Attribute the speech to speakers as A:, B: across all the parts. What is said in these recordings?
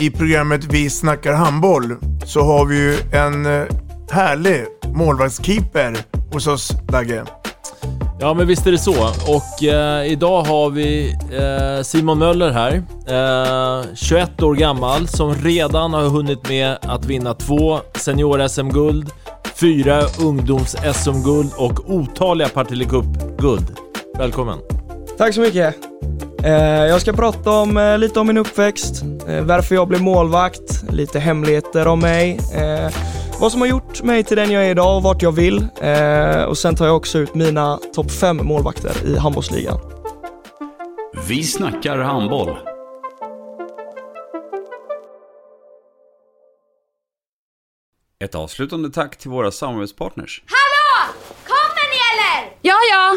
A: i programmet Vi snackar handboll så har vi ju en eh, härlig målvaktskeeper hos oss, Dagge.
B: Ja, men visst är det så. Och eh, idag har vi eh, Simon Möller här, eh, 21 år gammal, som redan har hunnit med att vinna två senior-SM-guld, fyra ungdoms-SM-guld och otaliga Partille Cup-guld. Välkommen!
C: Tack så mycket. Eh, Jag ska prata om, eh, lite om min uppväxt, eh, varför jag blev målvakt, lite hemligheter om mig, eh, vad som har gjort mig till den jag är idag och vart jag vill. Eh, Och sen tar jag också ut mina topp fem målvakter i handbollsligan.
D: Vi snackar handboll. Ett avslutande tack till våra samarbetspartners.
E: Hallå! Kommer ni eller?
F: Ja, ja.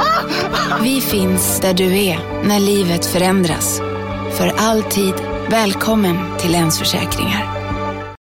G: Ah!
F: Vi
G: finns
F: där du är när livet förändras. För alltid välkommen till Länsförsäkringar.